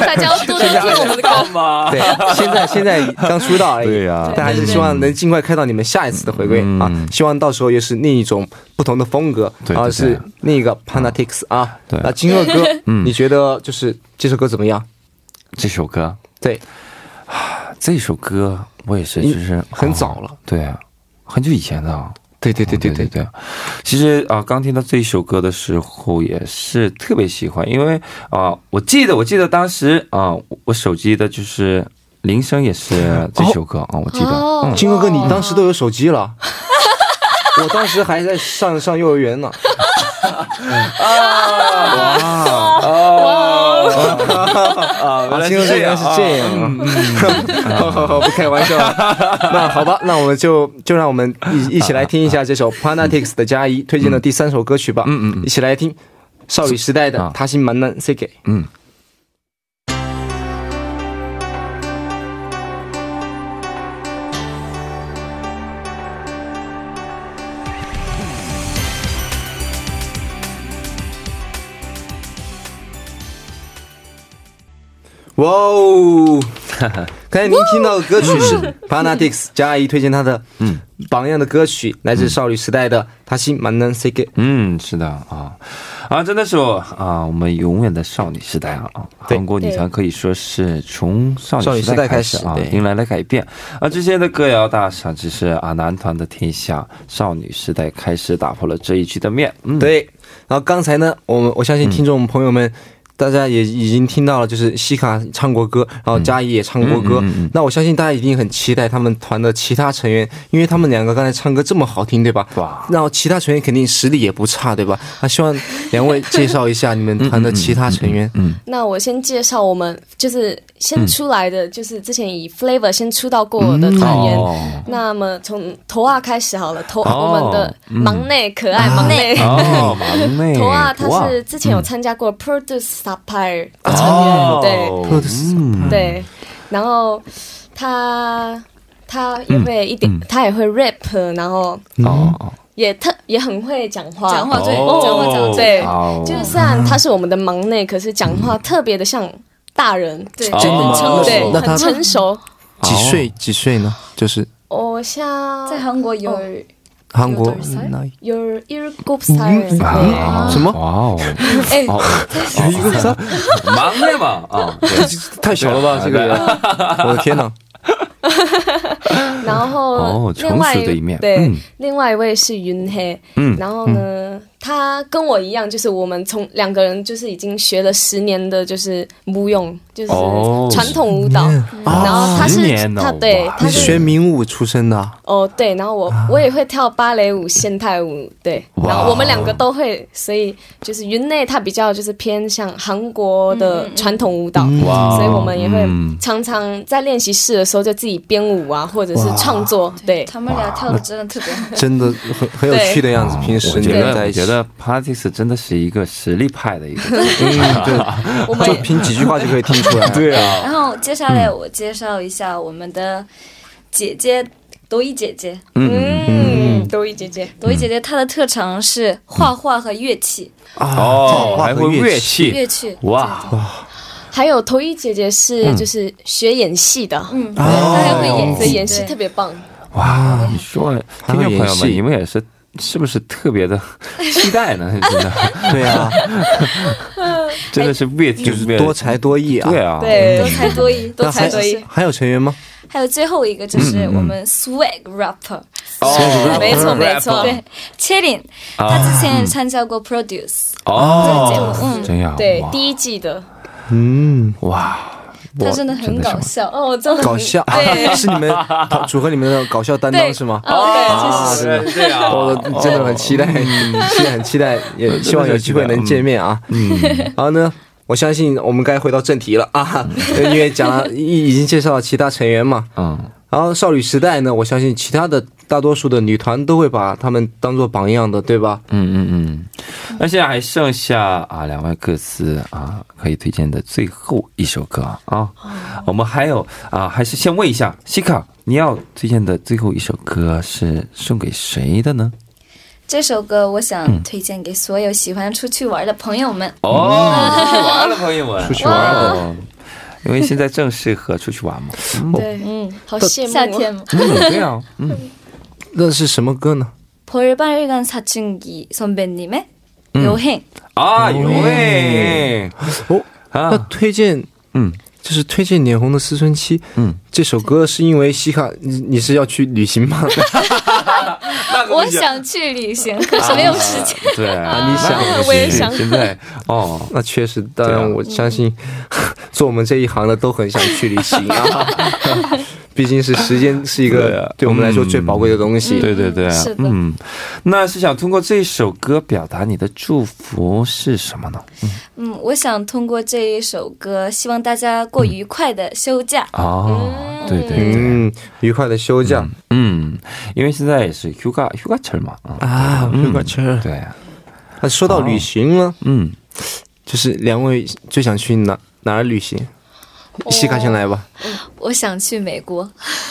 Speaker 4: 大家要多多听我们的歌。
Speaker 2: 吗？
Speaker 1: 对，现在现在刚出道而已，
Speaker 2: 对呀
Speaker 1: 但还是希望能尽快看到你们下一次的回归啊
Speaker 2: 嗯！
Speaker 1: 希望到时候又是另一种不同的风格，
Speaker 2: 对对
Speaker 1: 啊
Speaker 2: 对嗯
Speaker 1: 是另一个 Panatix 啊。
Speaker 2: 对嗯
Speaker 1: 那今后的歌，你觉得就是这首歌怎么样？
Speaker 2: 这首歌，
Speaker 1: 对，
Speaker 2: 这首歌我也是，
Speaker 1: 你
Speaker 2: 就是
Speaker 1: 很早了
Speaker 2: 哦对，很久以前的啊。
Speaker 1: 对对
Speaker 2: 对对对对，其实啊、刚听到这一首歌的时候也是特别喜欢，因为啊、我记得我记得当时啊、我我手机的就是铃声也是这首歌啊、我记得，嗯
Speaker 1: 金哥哥，你当时都有手机
Speaker 2: <laughs>
Speaker 1: 了，我当时还在上上幼儿园呢。
Speaker 2: 啊，嗯原
Speaker 1: 啊，
Speaker 2: 来
Speaker 1: 金哥
Speaker 2: 是
Speaker 1: 哥原
Speaker 2: 这
Speaker 1: 来
Speaker 2: 样
Speaker 1: 是这样啊，好好好，不开玩笑了。那好吧，那我们就就让我们一一起来听一下这首 Panatix 的佳怡推荐的第三首歌曲吧。
Speaker 2: 嗯嗯嗯
Speaker 1: 一起来听少女时代的
Speaker 2: 啊
Speaker 1: 《他心蛮难 C 给》。
Speaker 2: 嗯。
Speaker 1: 哇哦！刚才您听到的歌曲是
Speaker 2: 嗯
Speaker 1: Panatix 佳怡推荐他的榜样的歌曲，来自少女时代的《他心蛮难 C 给》。
Speaker 2: 嗯，是的啊，啊，真的是我啊，我们永远的少女时代啊，啊
Speaker 1: 对
Speaker 2: 韩国女团可以说是从少
Speaker 1: 少
Speaker 2: 女
Speaker 1: 女
Speaker 2: 时
Speaker 1: 时
Speaker 2: 代
Speaker 1: 代
Speaker 2: 开
Speaker 1: 开
Speaker 2: 始
Speaker 1: 始
Speaker 2: 啊，
Speaker 1: 对
Speaker 2: 迎来了改变啊，之前的歌谣大赏只是啊男团的天下，少女时代开始打破了这一局的面，嗯，
Speaker 1: 对，然后刚才呢，我们我相信听众朋友们，大家也已经听到了，就是西卡唱过歌，然后佳怡也唱过歌。
Speaker 2: 嗯嗯嗯嗯嗯
Speaker 1: 那我相信大家一定很期待他们团的其他成员，因为他们两个刚才唱歌这么好听，对吧？
Speaker 2: 哇
Speaker 1: 然后其他成员肯定实力也不差，对吧？那希望两位介绍一下你们团的其他成员。
Speaker 2: 嗯
Speaker 4: 那我先介绍我们就是先出来的，就是之前以 Flavor 先出道过的团员。
Speaker 2: 哦
Speaker 4: 那么从头啊开始好了，头、
Speaker 2: 哦
Speaker 4: 我们的忙内可爱忙内。
Speaker 2: 哦，忙内，
Speaker 4: 头啊，他
Speaker 2: 哇아.
Speaker 4: 是
Speaker 1: 哦
Speaker 2: 哦
Speaker 4: 네,之前有参加过 Produce Sapphire 的成员，对
Speaker 1: 嗯
Speaker 4: 对，然后他他也会一点，
Speaker 2: 嗯嗯
Speaker 4: 他也会 rap，然后
Speaker 1: 嗯
Speaker 2: 哦，
Speaker 4: 也特也很会讲话，
Speaker 3: 讲话
Speaker 2: 哦
Speaker 3: 对，讲话讲
Speaker 4: 对
Speaker 2: 哦
Speaker 4: 就是虽然他是我们的忙内，可是讲话特别的像大人，
Speaker 3: 对，
Speaker 2: 真的吗
Speaker 4: 네.
Speaker 3: 成
Speaker 2: 那
Speaker 4: 哦对，
Speaker 1: 那他
Speaker 4: 很成熟。
Speaker 1: 几岁几岁呢？就是
Speaker 4: 我像
Speaker 3: 在韩国有
Speaker 4: 哦
Speaker 1: 韩国
Speaker 3: 多少
Speaker 1: 那
Speaker 4: your ear group siren，对
Speaker 2: 아.啊
Speaker 1: 嗯什么
Speaker 2: 哇哦，
Speaker 4: 哎，
Speaker 2: 哦，
Speaker 1: <laughs>
Speaker 2: 忙的嘛啊，对
Speaker 1: 太小了吧，这个
Speaker 2: <laughs>
Speaker 1: 人，我的天哪！
Speaker 4: <laughs> 然后
Speaker 2: 哦
Speaker 4: 另外
Speaker 2: 成熟的一面
Speaker 4: 对
Speaker 2: 嗯，
Speaker 4: 另外一位是云黑，
Speaker 2: 嗯
Speaker 4: 然后呢，他跟我一样，就是我们从两个人就是已经学了十年的，就是舞用，就是
Speaker 2: 哦
Speaker 4: 传统舞蹈。然后他
Speaker 2: 十
Speaker 4: 是
Speaker 2: 年哦
Speaker 4: 他对
Speaker 2: 哇
Speaker 4: 他
Speaker 1: 你是
Speaker 4: 是
Speaker 1: 学民舞出身的啊，
Speaker 4: 哦对，然后我我也会跳芭蕾舞、现代舞，对，
Speaker 2: 哇
Speaker 4: 然后我们两个都会，所以就是云内他比较就是偏向韩国的传统舞蹈，
Speaker 2: 哇哦
Speaker 4: 所以我们也会
Speaker 2: 嗯
Speaker 4: 常常在练习室的时候就自己编舞啊，或者是创作，对，
Speaker 3: 他们俩跳的真的特别 <laughs> 好，
Speaker 1: 真的很很有趣的样子。平时
Speaker 2: 我
Speaker 1: 你
Speaker 2: 觉
Speaker 1: 们
Speaker 2: 得
Speaker 1: 在
Speaker 2: 我
Speaker 1: 一起
Speaker 2: 觉，得 Parties 真的是一个实力派
Speaker 3: <laughs>
Speaker 2: 的一个，
Speaker 4: 我们
Speaker 1: 嗯就凭几句话就可以听出
Speaker 2: <laughs>
Speaker 1: 来。对啊，
Speaker 3: 然后接下来我介绍一下我们的姐姐朵一姐姐，
Speaker 4: 嗯，多一姐姐，
Speaker 3: 朵一姐姐她的特长是画画和乐器，
Speaker 1: 啊
Speaker 2: <laughs> 哦，
Speaker 1: 对
Speaker 2: 还会乐器，
Speaker 3: 乐器，
Speaker 2: 嗯哇
Speaker 3: 对，对
Speaker 4: 还有头一姐姐是就是学演戏的，
Speaker 3: 嗯，
Speaker 4: 对她还会演，
Speaker 1: 嗯哦
Speaker 4: 所以演戏
Speaker 3: 对
Speaker 4: 特别棒。
Speaker 2: 哇，你说
Speaker 1: 还
Speaker 2: 听
Speaker 1: 会演
Speaker 2: 众朋友们，
Speaker 1: 戏
Speaker 2: 你们也是是不是特别的 <laughs> 期待
Speaker 3: <laughs>
Speaker 2: 呢？真
Speaker 3: 哎
Speaker 2: 的，
Speaker 1: 对啊，
Speaker 2: 真的是越
Speaker 1: 就
Speaker 3: 哎
Speaker 2: 听
Speaker 1: 是
Speaker 2: 越
Speaker 1: 多才多艺啊。
Speaker 2: 对，啊，
Speaker 4: 对
Speaker 3: 多，才多艺，
Speaker 1: 那
Speaker 3: 多
Speaker 1: 还
Speaker 3: 才多艺。
Speaker 1: 还有成员吗？
Speaker 3: 还有最后一个就是我们 swag rapper，
Speaker 2: 哦，
Speaker 4: 没错
Speaker 2: rapper
Speaker 4: 没错
Speaker 3: 对 c h i l i n
Speaker 2: 啊
Speaker 3: 他之前参加过 produce，
Speaker 1: 啊
Speaker 2: 哦
Speaker 3: 这个节目嗯，
Speaker 2: 这样
Speaker 4: 对
Speaker 2: 哇，
Speaker 4: 第一季的，
Speaker 1: 嗯，
Speaker 2: 哇，
Speaker 3: 他
Speaker 2: 我
Speaker 3: 真的很
Speaker 2: 是
Speaker 3: 搞笑哦，真的
Speaker 1: 搞笑啊， <laughs> 是你们组合里面的搞笑担当
Speaker 3: 对
Speaker 1: 是吗？
Speaker 3: 哦，
Speaker 1: 啊，真哦的。
Speaker 2: 这样
Speaker 1: 我真的很期待，嗯期待很期待，也希望有机会能见面啊。嗯， <laughs> 然后呢，我相信我们该回到正题了啊，因为讲了已已经介绍了其他成员嘛。
Speaker 2: 嗯，
Speaker 1: 然后少女时代呢，我相信其他的大多数的女团都会把她们当做榜样的，对吧？
Speaker 2: 嗯嗯嗯，那现在还剩下啊两位各自啊可以推荐的最后一首歌啊，我们还有啊，还是先问一下西卡，你要推荐的最后一首歌是送给谁的呢？
Speaker 3: 这首歌我想推荐给所有喜欢出去玩的朋友们。
Speaker 2: 嗯哦，出去玩了，朋友们，出
Speaker 1: 去玩了
Speaker 2: 了。哦因为现在正适合出去玩嘛，
Speaker 4: 对，嗯，好羡慕
Speaker 3: 夏天嘛，
Speaker 2: 嗯，
Speaker 1: <laughs>
Speaker 2: 对啊，嗯
Speaker 1: 那是什么歌呢？
Speaker 3: 벌발간 사춘기 선배님의
Speaker 2: 嗯
Speaker 3: 여행
Speaker 2: 啊，有喂，
Speaker 1: 哦，
Speaker 2: 啊
Speaker 1: 那推荐
Speaker 2: 嗯
Speaker 1: 就是推荐脸红的思春期。
Speaker 2: 嗯，
Speaker 1: 这首歌是因为西卡，你你是要去旅行 <laughs> 吗？
Speaker 2: 那个
Speaker 3: 我
Speaker 2: 不行
Speaker 3: 嗯想去旅行，可是没有时间。
Speaker 2: 对啊，
Speaker 1: 你想
Speaker 2: 那
Speaker 4: 我也
Speaker 2: 是
Speaker 4: 想
Speaker 2: 现在哦，
Speaker 1: <laughs> 那确实，当
Speaker 2: 对啊
Speaker 1: 然我相信，做我们这一行的都很想去旅行啊。 <laughs> 毕竟是时间是一
Speaker 2: 对
Speaker 1: 个
Speaker 2: 啊
Speaker 1: 对我们嗯来说最宝贵的东西。
Speaker 2: 对对对，
Speaker 3: 是的
Speaker 2: 嗯，那是想通过这首歌表达你的祝福是什么呢？
Speaker 3: 嗯，我想通过这一首歌，希望大家过愉快的休假。
Speaker 2: 哦，对对对，
Speaker 1: 嗯，愉快的休假
Speaker 2: 嗯，因为现在也是 Huga Huga 철嘛，啊，
Speaker 1: 啊，愉快车。
Speaker 2: 对，
Speaker 1: 那啊说到旅行呢，
Speaker 2: 嗯，
Speaker 1: 就是两位最想去哪哪儿旅行？西卡先来吧，
Speaker 3: 我想去美国，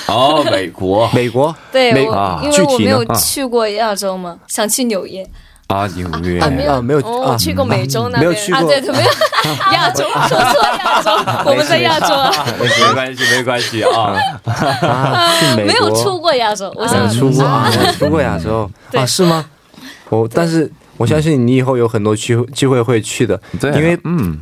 Speaker 2: 哦，美国
Speaker 1: 美国。
Speaker 3: 对
Speaker 1: 美
Speaker 3: 我、
Speaker 2: 啊
Speaker 3: 因为
Speaker 1: 具
Speaker 3: 我
Speaker 1: 体
Speaker 3: 没
Speaker 1: 呢
Speaker 3: 有
Speaker 2: 啊
Speaker 3: 去过亚洲嘛，想去纽约。
Speaker 2: 啊，纽约
Speaker 4: 啊，没有
Speaker 1: 啊没有
Speaker 4: 哦我
Speaker 1: 啊
Speaker 4: 去过美洲那
Speaker 1: 没
Speaker 4: 边
Speaker 1: 有去
Speaker 3: 啊，
Speaker 1: 过
Speaker 3: 对对，
Speaker 1: <laughs>
Speaker 3: 没有亚洲，说错亚洲，我们在亚洲啊，
Speaker 2: 没关系，没关系啊，
Speaker 1: 啊，去美国
Speaker 3: 没有出过亚洲，我想
Speaker 1: 啊，
Speaker 3: 去
Speaker 1: 出过啊，我出过亚洲
Speaker 3: 对
Speaker 1: 啊，是吗？我但是我相信你以后有很多机会机会会去的，
Speaker 2: 对啊，
Speaker 1: 因为
Speaker 2: 嗯，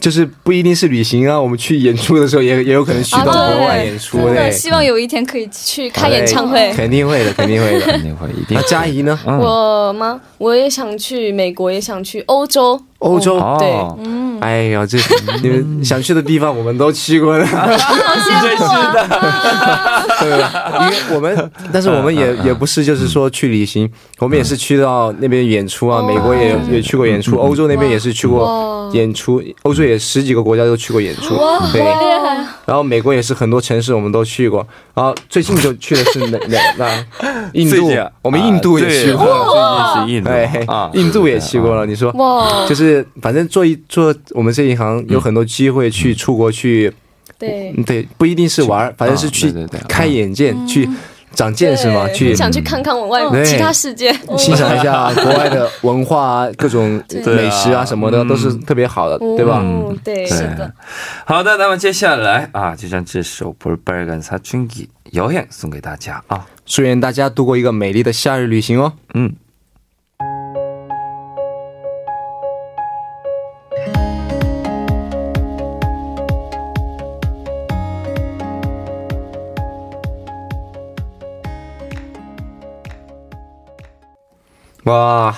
Speaker 1: 就是不一定是旅行啊，我们去演出的时候也也有可能去到
Speaker 4: 啊对
Speaker 1: 国外演出
Speaker 3: 真的
Speaker 2: 嗯
Speaker 1: 对，
Speaker 3: 希望有一天可以去。
Speaker 4: 去开演唱会。
Speaker 1: 肯定会的，肯定会的。
Speaker 2: 肯 <laughs> 定会一定
Speaker 1: 那。佳怡呢？
Speaker 2: 嗯
Speaker 4: 我吗？我也想去美国，也想去欧洲。
Speaker 1: 欧洲，
Speaker 2: 哦，
Speaker 4: 嗯
Speaker 1: 哎呀， <laughs> 这你们想去的地方我们都去过
Speaker 3: <laughs>
Speaker 1: 了，
Speaker 2: 真是的，
Speaker 1: 对吧？因为我们，但是我们 <laughs> 也也不是就是说去旅行，我们也是去到那边演出啊，美国也有也去过演出，欧洲那边也是去过演出，欧洲也十几个国家都去过演出，对。
Speaker 3: 厉害！
Speaker 1: 然后美国也是很多城市我们都去过，然后最近就去的是哪哪 <laughs> 哪？印
Speaker 2: 最
Speaker 1: 度
Speaker 2: 近啊，哦
Speaker 1: 我们印度也去过了，
Speaker 2: 了，最近是
Speaker 1: 哎
Speaker 2: 印度啊，，
Speaker 1: 印度也去过了。你说，
Speaker 4: 哇，
Speaker 2: 嗯
Speaker 1: 就是反正做一做我们这一行有很多机会去出国去
Speaker 4: 对，
Speaker 1: 嗯对，不一定是玩儿，反正是去
Speaker 2: 啊对对对
Speaker 1: 开眼界，去长见识嘛，
Speaker 4: 嗯对
Speaker 1: 去嗯
Speaker 4: 想去看看我外
Speaker 1: 对
Speaker 4: 其他世界，
Speaker 2: 嗯
Speaker 1: 欣赏一
Speaker 2: <laughs>
Speaker 1: 下国外的文化啊，各种美食啊什么
Speaker 2: 嗯
Speaker 1: 的，都是特别好的，对吧？
Speaker 4: 哦对，
Speaker 2: 对好的，那么接下来啊，就将这首《볼빨간사춘기여행》送给大家啊。
Speaker 1: 祝愿大家度过一个美丽的夏日旅行哦！
Speaker 2: 嗯，
Speaker 1: 哇，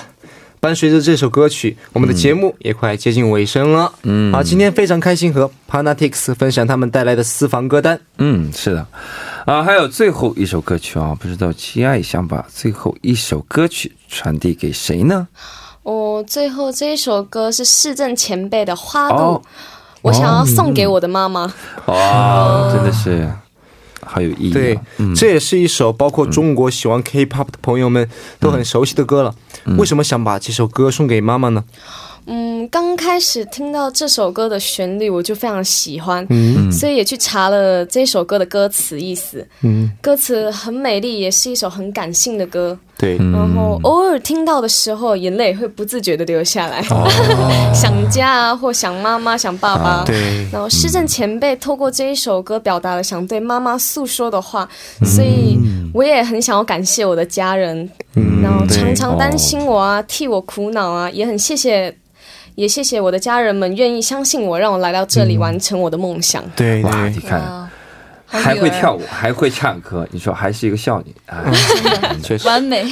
Speaker 1: 伴随着这首歌曲，我们的节目也快接近尾声了。嗯，啊，今天非常开心和 Panatics 分享他们带来的私房歌单。
Speaker 2: 嗯，是的，啊，还有最后一首歌曲啊，不知道七爱想把最后一首歌曲传递给谁呢？
Speaker 4: 哦，最后这一首歌是市政前辈的《花路》
Speaker 2: 哦
Speaker 4: 我想要送给我的妈
Speaker 1: 哦
Speaker 4: 妈。
Speaker 2: 哇，真的是好有意义、啊。
Speaker 1: 对，这也是一首包括中国喜欢 K-pop 的朋友们都很熟悉的歌了。
Speaker 2: 嗯
Speaker 1: 为什么想把这首歌送给妈妈呢？
Speaker 4: 嗯，刚开始听到这首歌的旋律，我就非常喜欢，
Speaker 1: 嗯
Speaker 2: 嗯
Speaker 4: 所以也去查了这首歌的歌词意思。
Speaker 1: 嗯，
Speaker 4: 歌词很美丽，也是一首很感性的歌。
Speaker 1: 对，
Speaker 2: 嗯
Speaker 4: 然后偶尔听到的时候，眼泪会不自觉的流下来， <laughs> 想家啊，或想妈妈，想爸爸。
Speaker 1: 哦啊对，
Speaker 4: 然后施
Speaker 1: 嗯
Speaker 4: 政前辈透过这一首歌表达了想对妈妈诉说的话，
Speaker 1: 嗯
Speaker 4: 所以我也很想要感谢我的家人，
Speaker 1: 嗯
Speaker 4: 然后常常担心我啊，替我苦恼啊，也很谢谢。也谢谢我的家人们愿意相信我，让我来到这里完成我的梦想。
Speaker 1: 对，
Speaker 2: 哇，
Speaker 1: 对
Speaker 2: 你嗯
Speaker 4: 啊
Speaker 2: 看，
Speaker 3: 哇好
Speaker 2: 还会
Speaker 3: 女儿
Speaker 2: 跳舞，还会唱歌，你说还是一个少女啊。哎
Speaker 4: 嗯
Speaker 1: 确实
Speaker 3: 完
Speaker 2: <laughs>
Speaker 3: 美，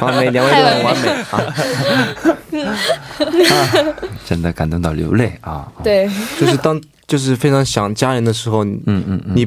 Speaker 1: 完美，两位都很完美啊！
Speaker 2: 真的感动到流泪啊！
Speaker 4: 对，
Speaker 1: 就是当就是非常想家人的时候，
Speaker 2: 嗯嗯嗯，
Speaker 1: 你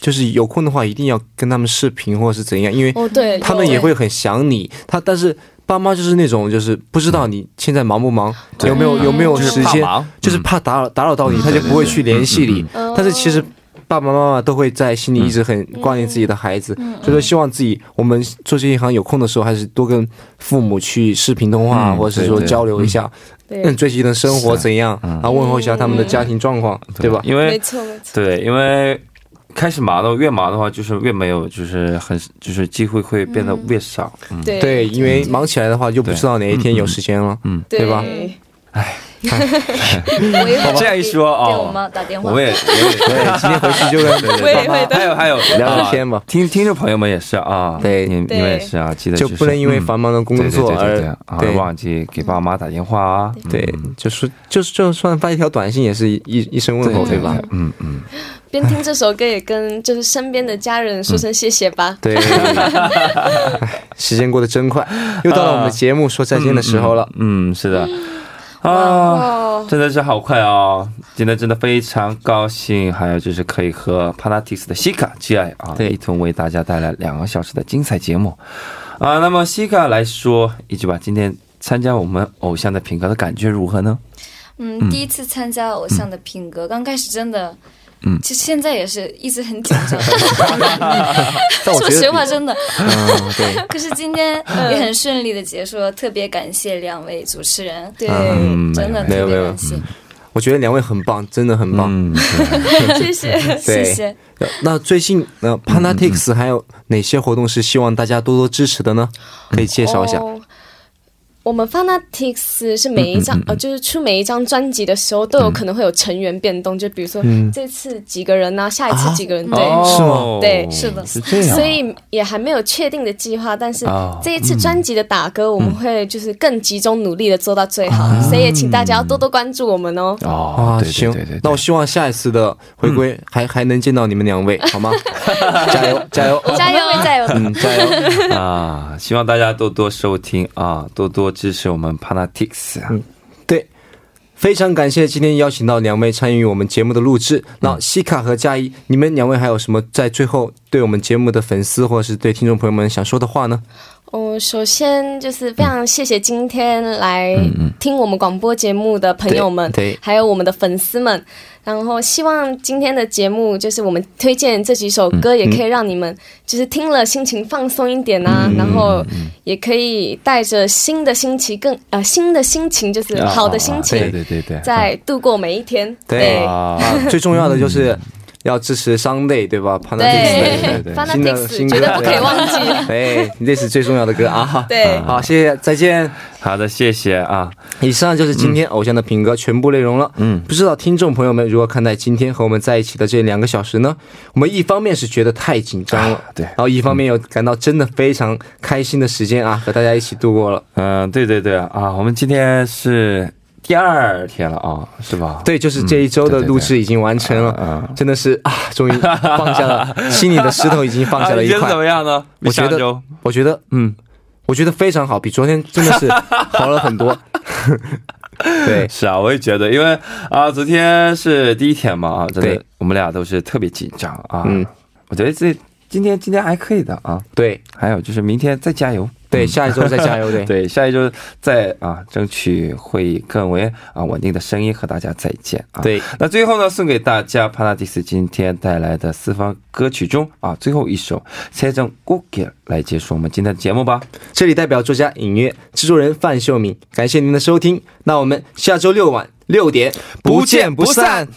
Speaker 1: 就是有空的话，一定要跟他们视频或者是怎样，因为
Speaker 4: 哦对，
Speaker 1: <laughs> 他们
Speaker 4: 有
Speaker 1: 也会很想你。他但是爸妈就是那种就是不知道你现在忙不忙，
Speaker 2: 对
Speaker 1: 有没有有没有时
Speaker 2: 就是
Speaker 1: 间
Speaker 2: 怕忙，嗯
Speaker 1: 就是怕打扰打扰到你，他就不会去联系你。
Speaker 4: 哦
Speaker 1: 但是其实。爸爸妈妈都会在心里一直很
Speaker 2: 嗯
Speaker 1: 挂念自己的孩子，所以说希望自己我们做这一行有空的时候，还是多跟父母去视频通话，
Speaker 2: 嗯
Speaker 1: 或者是说
Speaker 2: 对对
Speaker 1: 交流一下，
Speaker 4: 对嗯
Speaker 1: 嗯，最近的生活怎样，然后问候一下他们的家庭状况，对吧？
Speaker 2: 因
Speaker 4: 没
Speaker 2: 为
Speaker 4: 错没错，
Speaker 2: 对，因为开始忙的越忙的话，就是越没有，就是很就是机会会变得越少。嗯，
Speaker 4: 对
Speaker 1: 对，因为忙起来的话，就不知道哪一天有时间了。
Speaker 4: 对
Speaker 1: 对吧嗯
Speaker 3: 我也会
Speaker 2: 这样一说
Speaker 3: 给我
Speaker 2: 哦，
Speaker 3: 妈打电话
Speaker 2: 我。们也我也
Speaker 1: 对，今天回去就
Speaker 2: 嗯
Speaker 1: 跟
Speaker 4: 我也会的
Speaker 2: 还有还有
Speaker 1: 聊聊
Speaker 2: 啊
Speaker 1: 天吧
Speaker 2: 听听众朋友们也是啊，
Speaker 1: 对
Speaker 2: 你你
Speaker 4: 对
Speaker 2: 们也是啊，记得
Speaker 1: 就不能因为
Speaker 2: 嗯
Speaker 1: 繁忙的工作
Speaker 2: 对对对对
Speaker 1: 而
Speaker 2: 对啊而忘记给爸妈打电话啊。
Speaker 1: 对，就是就是就算发一条短信也是一一一声问候，对吧？
Speaker 2: 嗯嗯，
Speaker 4: 边听这首歌也跟就是身边的家人说声谢谢吧。
Speaker 1: 对，唉时间过得真
Speaker 2: <laughs>
Speaker 1: 快，又到了我们节目说再见的时候了。
Speaker 2: 嗯，是的。啊，
Speaker 4: 哦，
Speaker 2: 真的是好快哦！今天真的非常高兴，还有就是可以和 Panatics 的西卡 GI 啊
Speaker 1: 对
Speaker 2: 一同为大家带来两个小时的精彩节目啊。那么西卡来说一句吧，今天参加我们偶像的品格的感觉如何呢？
Speaker 3: 嗯，第一次参加偶像的品格，刚开始真的，嗯，其实现在也是一直很紧张，
Speaker 1: 但我
Speaker 3: 说
Speaker 1: 觉
Speaker 3: 实话
Speaker 1: 得，
Speaker 3: 真的。
Speaker 1: 嗯，对，
Speaker 3: <laughs> 可是今天也很顺利的结束了，特别感谢两位主持人，
Speaker 4: 对，
Speaker 2: 嗯，
Speaker 3: 真的
Speaker 2: 没有
Speaker 3: 特
Speaker 2: 没
Speaker 3: 别
Speaker 2: 有，
Speaker 3: 感谢，
Speaker 1: 我觉得两位很棒，真的很棒。
Speaker 2: 嗯，
Speaker 4: 谢谢。
Speaker 1: 对
Speaker 3: 谢谢。
Speaker 1: 那最近呃，Panatics 还有哪些活动是希望大家多多支持的呢？
Speaker 2: 嗯
Speaker 1: 可以介绍一下。
Speaker 4: 哦我们 Fanatics 是每一张、
Speaker 1: 嗯
Speaker 4: 呃，就是出每一张专辑的时候，都有可能会有成员变动，就比如说
Speaker 1: 嗯
Speaker 4: 这次几个人呐、啊下一次几个人，
Speaker 1: 啊
Speaker 4: 对、
Speaker 1: 是吗
Speaker 4: 对
Speaker 3: 是的
Speaker 2: 是这样啊，
Speaker 4: 所以也还没有确定的计划。但是
Speaker 2: 哦
Speaker 4: 这一
Speaker 1: 嗯
Speaker 4: 次专辑的打歌，我们会就是更集中努力的做到最好，所以也请大家要多多关注我们哦。
Speaker 2: 哦，
Speaker 1: 啊，
Speaker 2: 对对
Speaker 1: 行
Speaker 2: 对对，嗯对，
Speaker 1: 那我希望下一次的回归还还能见到你们两位，好
Speaker 2: <laughs>
Speaker 1: 吗？加油，加油，
Speaker 3: 加油，加油！
Speaker 1: 嗯，加油，
Speaker 2: 啊， <laughs> 希望大家多多收听啊，多多支持我们 Panatics 啊。
Speaker 1: 嗯对。非常感谢今天邀请到两位参与我们节目的录制。那
Speaker 4: 嗯
Speaker 1: 西卡和佳怡，
Speaker 4: <laughs>
Speaker 1: 你们两位还有什么在最后对我们节目的粉丝或者是对听众朋友们想说的话呢？
Speaker 4: 我哦首先就是非常谢谢今天来
Speaker 2: 嗯
Speaker 4: 听我们广播节目的朋友们，
Speaker 1: 对对
Speaker 4: 还有我们的粉丝们。然后希望今天的节目，就是我们推荐这几首
Speaker 2: 嗯
Speaker 4: 歌，也可以让你们就是听了心情放松一点啊，
Speaker 2: 嗯
Speaker 4: 然后也可以带着新的心情更呃新的心情，就是好的心情，
Speaker 2: 啊对对对对，
Speaker 4: 在度过每一天。
Speaker 1: 对
Speaker 2: 啊，
Speaker 1: 最重要的就是要支持 Sunday 对吧？Panatics
Speaker 2: 对对对
Speaker 4: <laughs> Fanatics
Speaker 1: 新的新
Speaker 4: 绝
Speaker 1: 歌
Speaker 4: 嗯对不可以忘
Speaker 1: <laughs>
Speaker 4: 记。
Speaker 1: 对，这是最重要的歌啊！
Speaker 4: 对
Speaker 1: 好，谢谢，再见。
Speaker 2: 好的，谢谢啊，
Speaker 1: 以上就是今天偶像的品格全部内容了。嗯，不知道听众朋友们如何看待今天和我们在一起的这两个小时呢？我们一方面是觉得太紧张了，
Speaker 2: 对
Speaker 1: 然后一方面又感到真的非常开心的时间啊，和大家一起度过了。
Speaker 2: 嗯、对对对啊，我们今天是第二天了啊，是吧？
Speaker 1: 对，就是这一周的录制已经完成了，
Speaker 2: 嗯
Speaker 1: 真的是啊，终于放下了，心里的石头已经放下了
Speaker 2: 啊你
Speaker 1: 一
Speaker 2: 觉得
Speaker 1: 块
Speaker 2: 怎。么样呢？
Speaker 1: 我觉
Speaker 2: 上
Speaker 1: 得
Speaker 2: 周，
Speaker 1: 我觉得，
Speaker 2: 嗯，
Speaker 1: 我觉得非常好，比昨天真的是好了很多。 <laughs> 对，
Speaker 2: 是啊，我也觉得，因为啊，昨天是第一天嘛啊，真的
Speaker 1: 对，
Speaker 2: 我们俩都是特别紧张啊。
Speaker 1: 嗯，
Speaker 2: 我觉得这今天今天还可以的啊，
Speaker 1: 对，
Speaker 2: 还有就是明天再加油。
Speaker 1: 对，下一周再加
Speaker 2: <laughs>
Speaker 1: 油，对， <laughs>
Speaker 2: 对，下一周再啊，争取会以更为啊稳定的声音和大家再见啊。，
Speaker 1: 对，
Speaker 2: 那最后呢，送给大家帕拉蒂斯今天带来的四方歌曲中啊最后一首《猜中 g o g 来结束我们今天的节目吧。
Speaker 1: 这里代表作家尹月，制作人范秀敏，感谢您的收听，那我们下周六晚六点不见不散。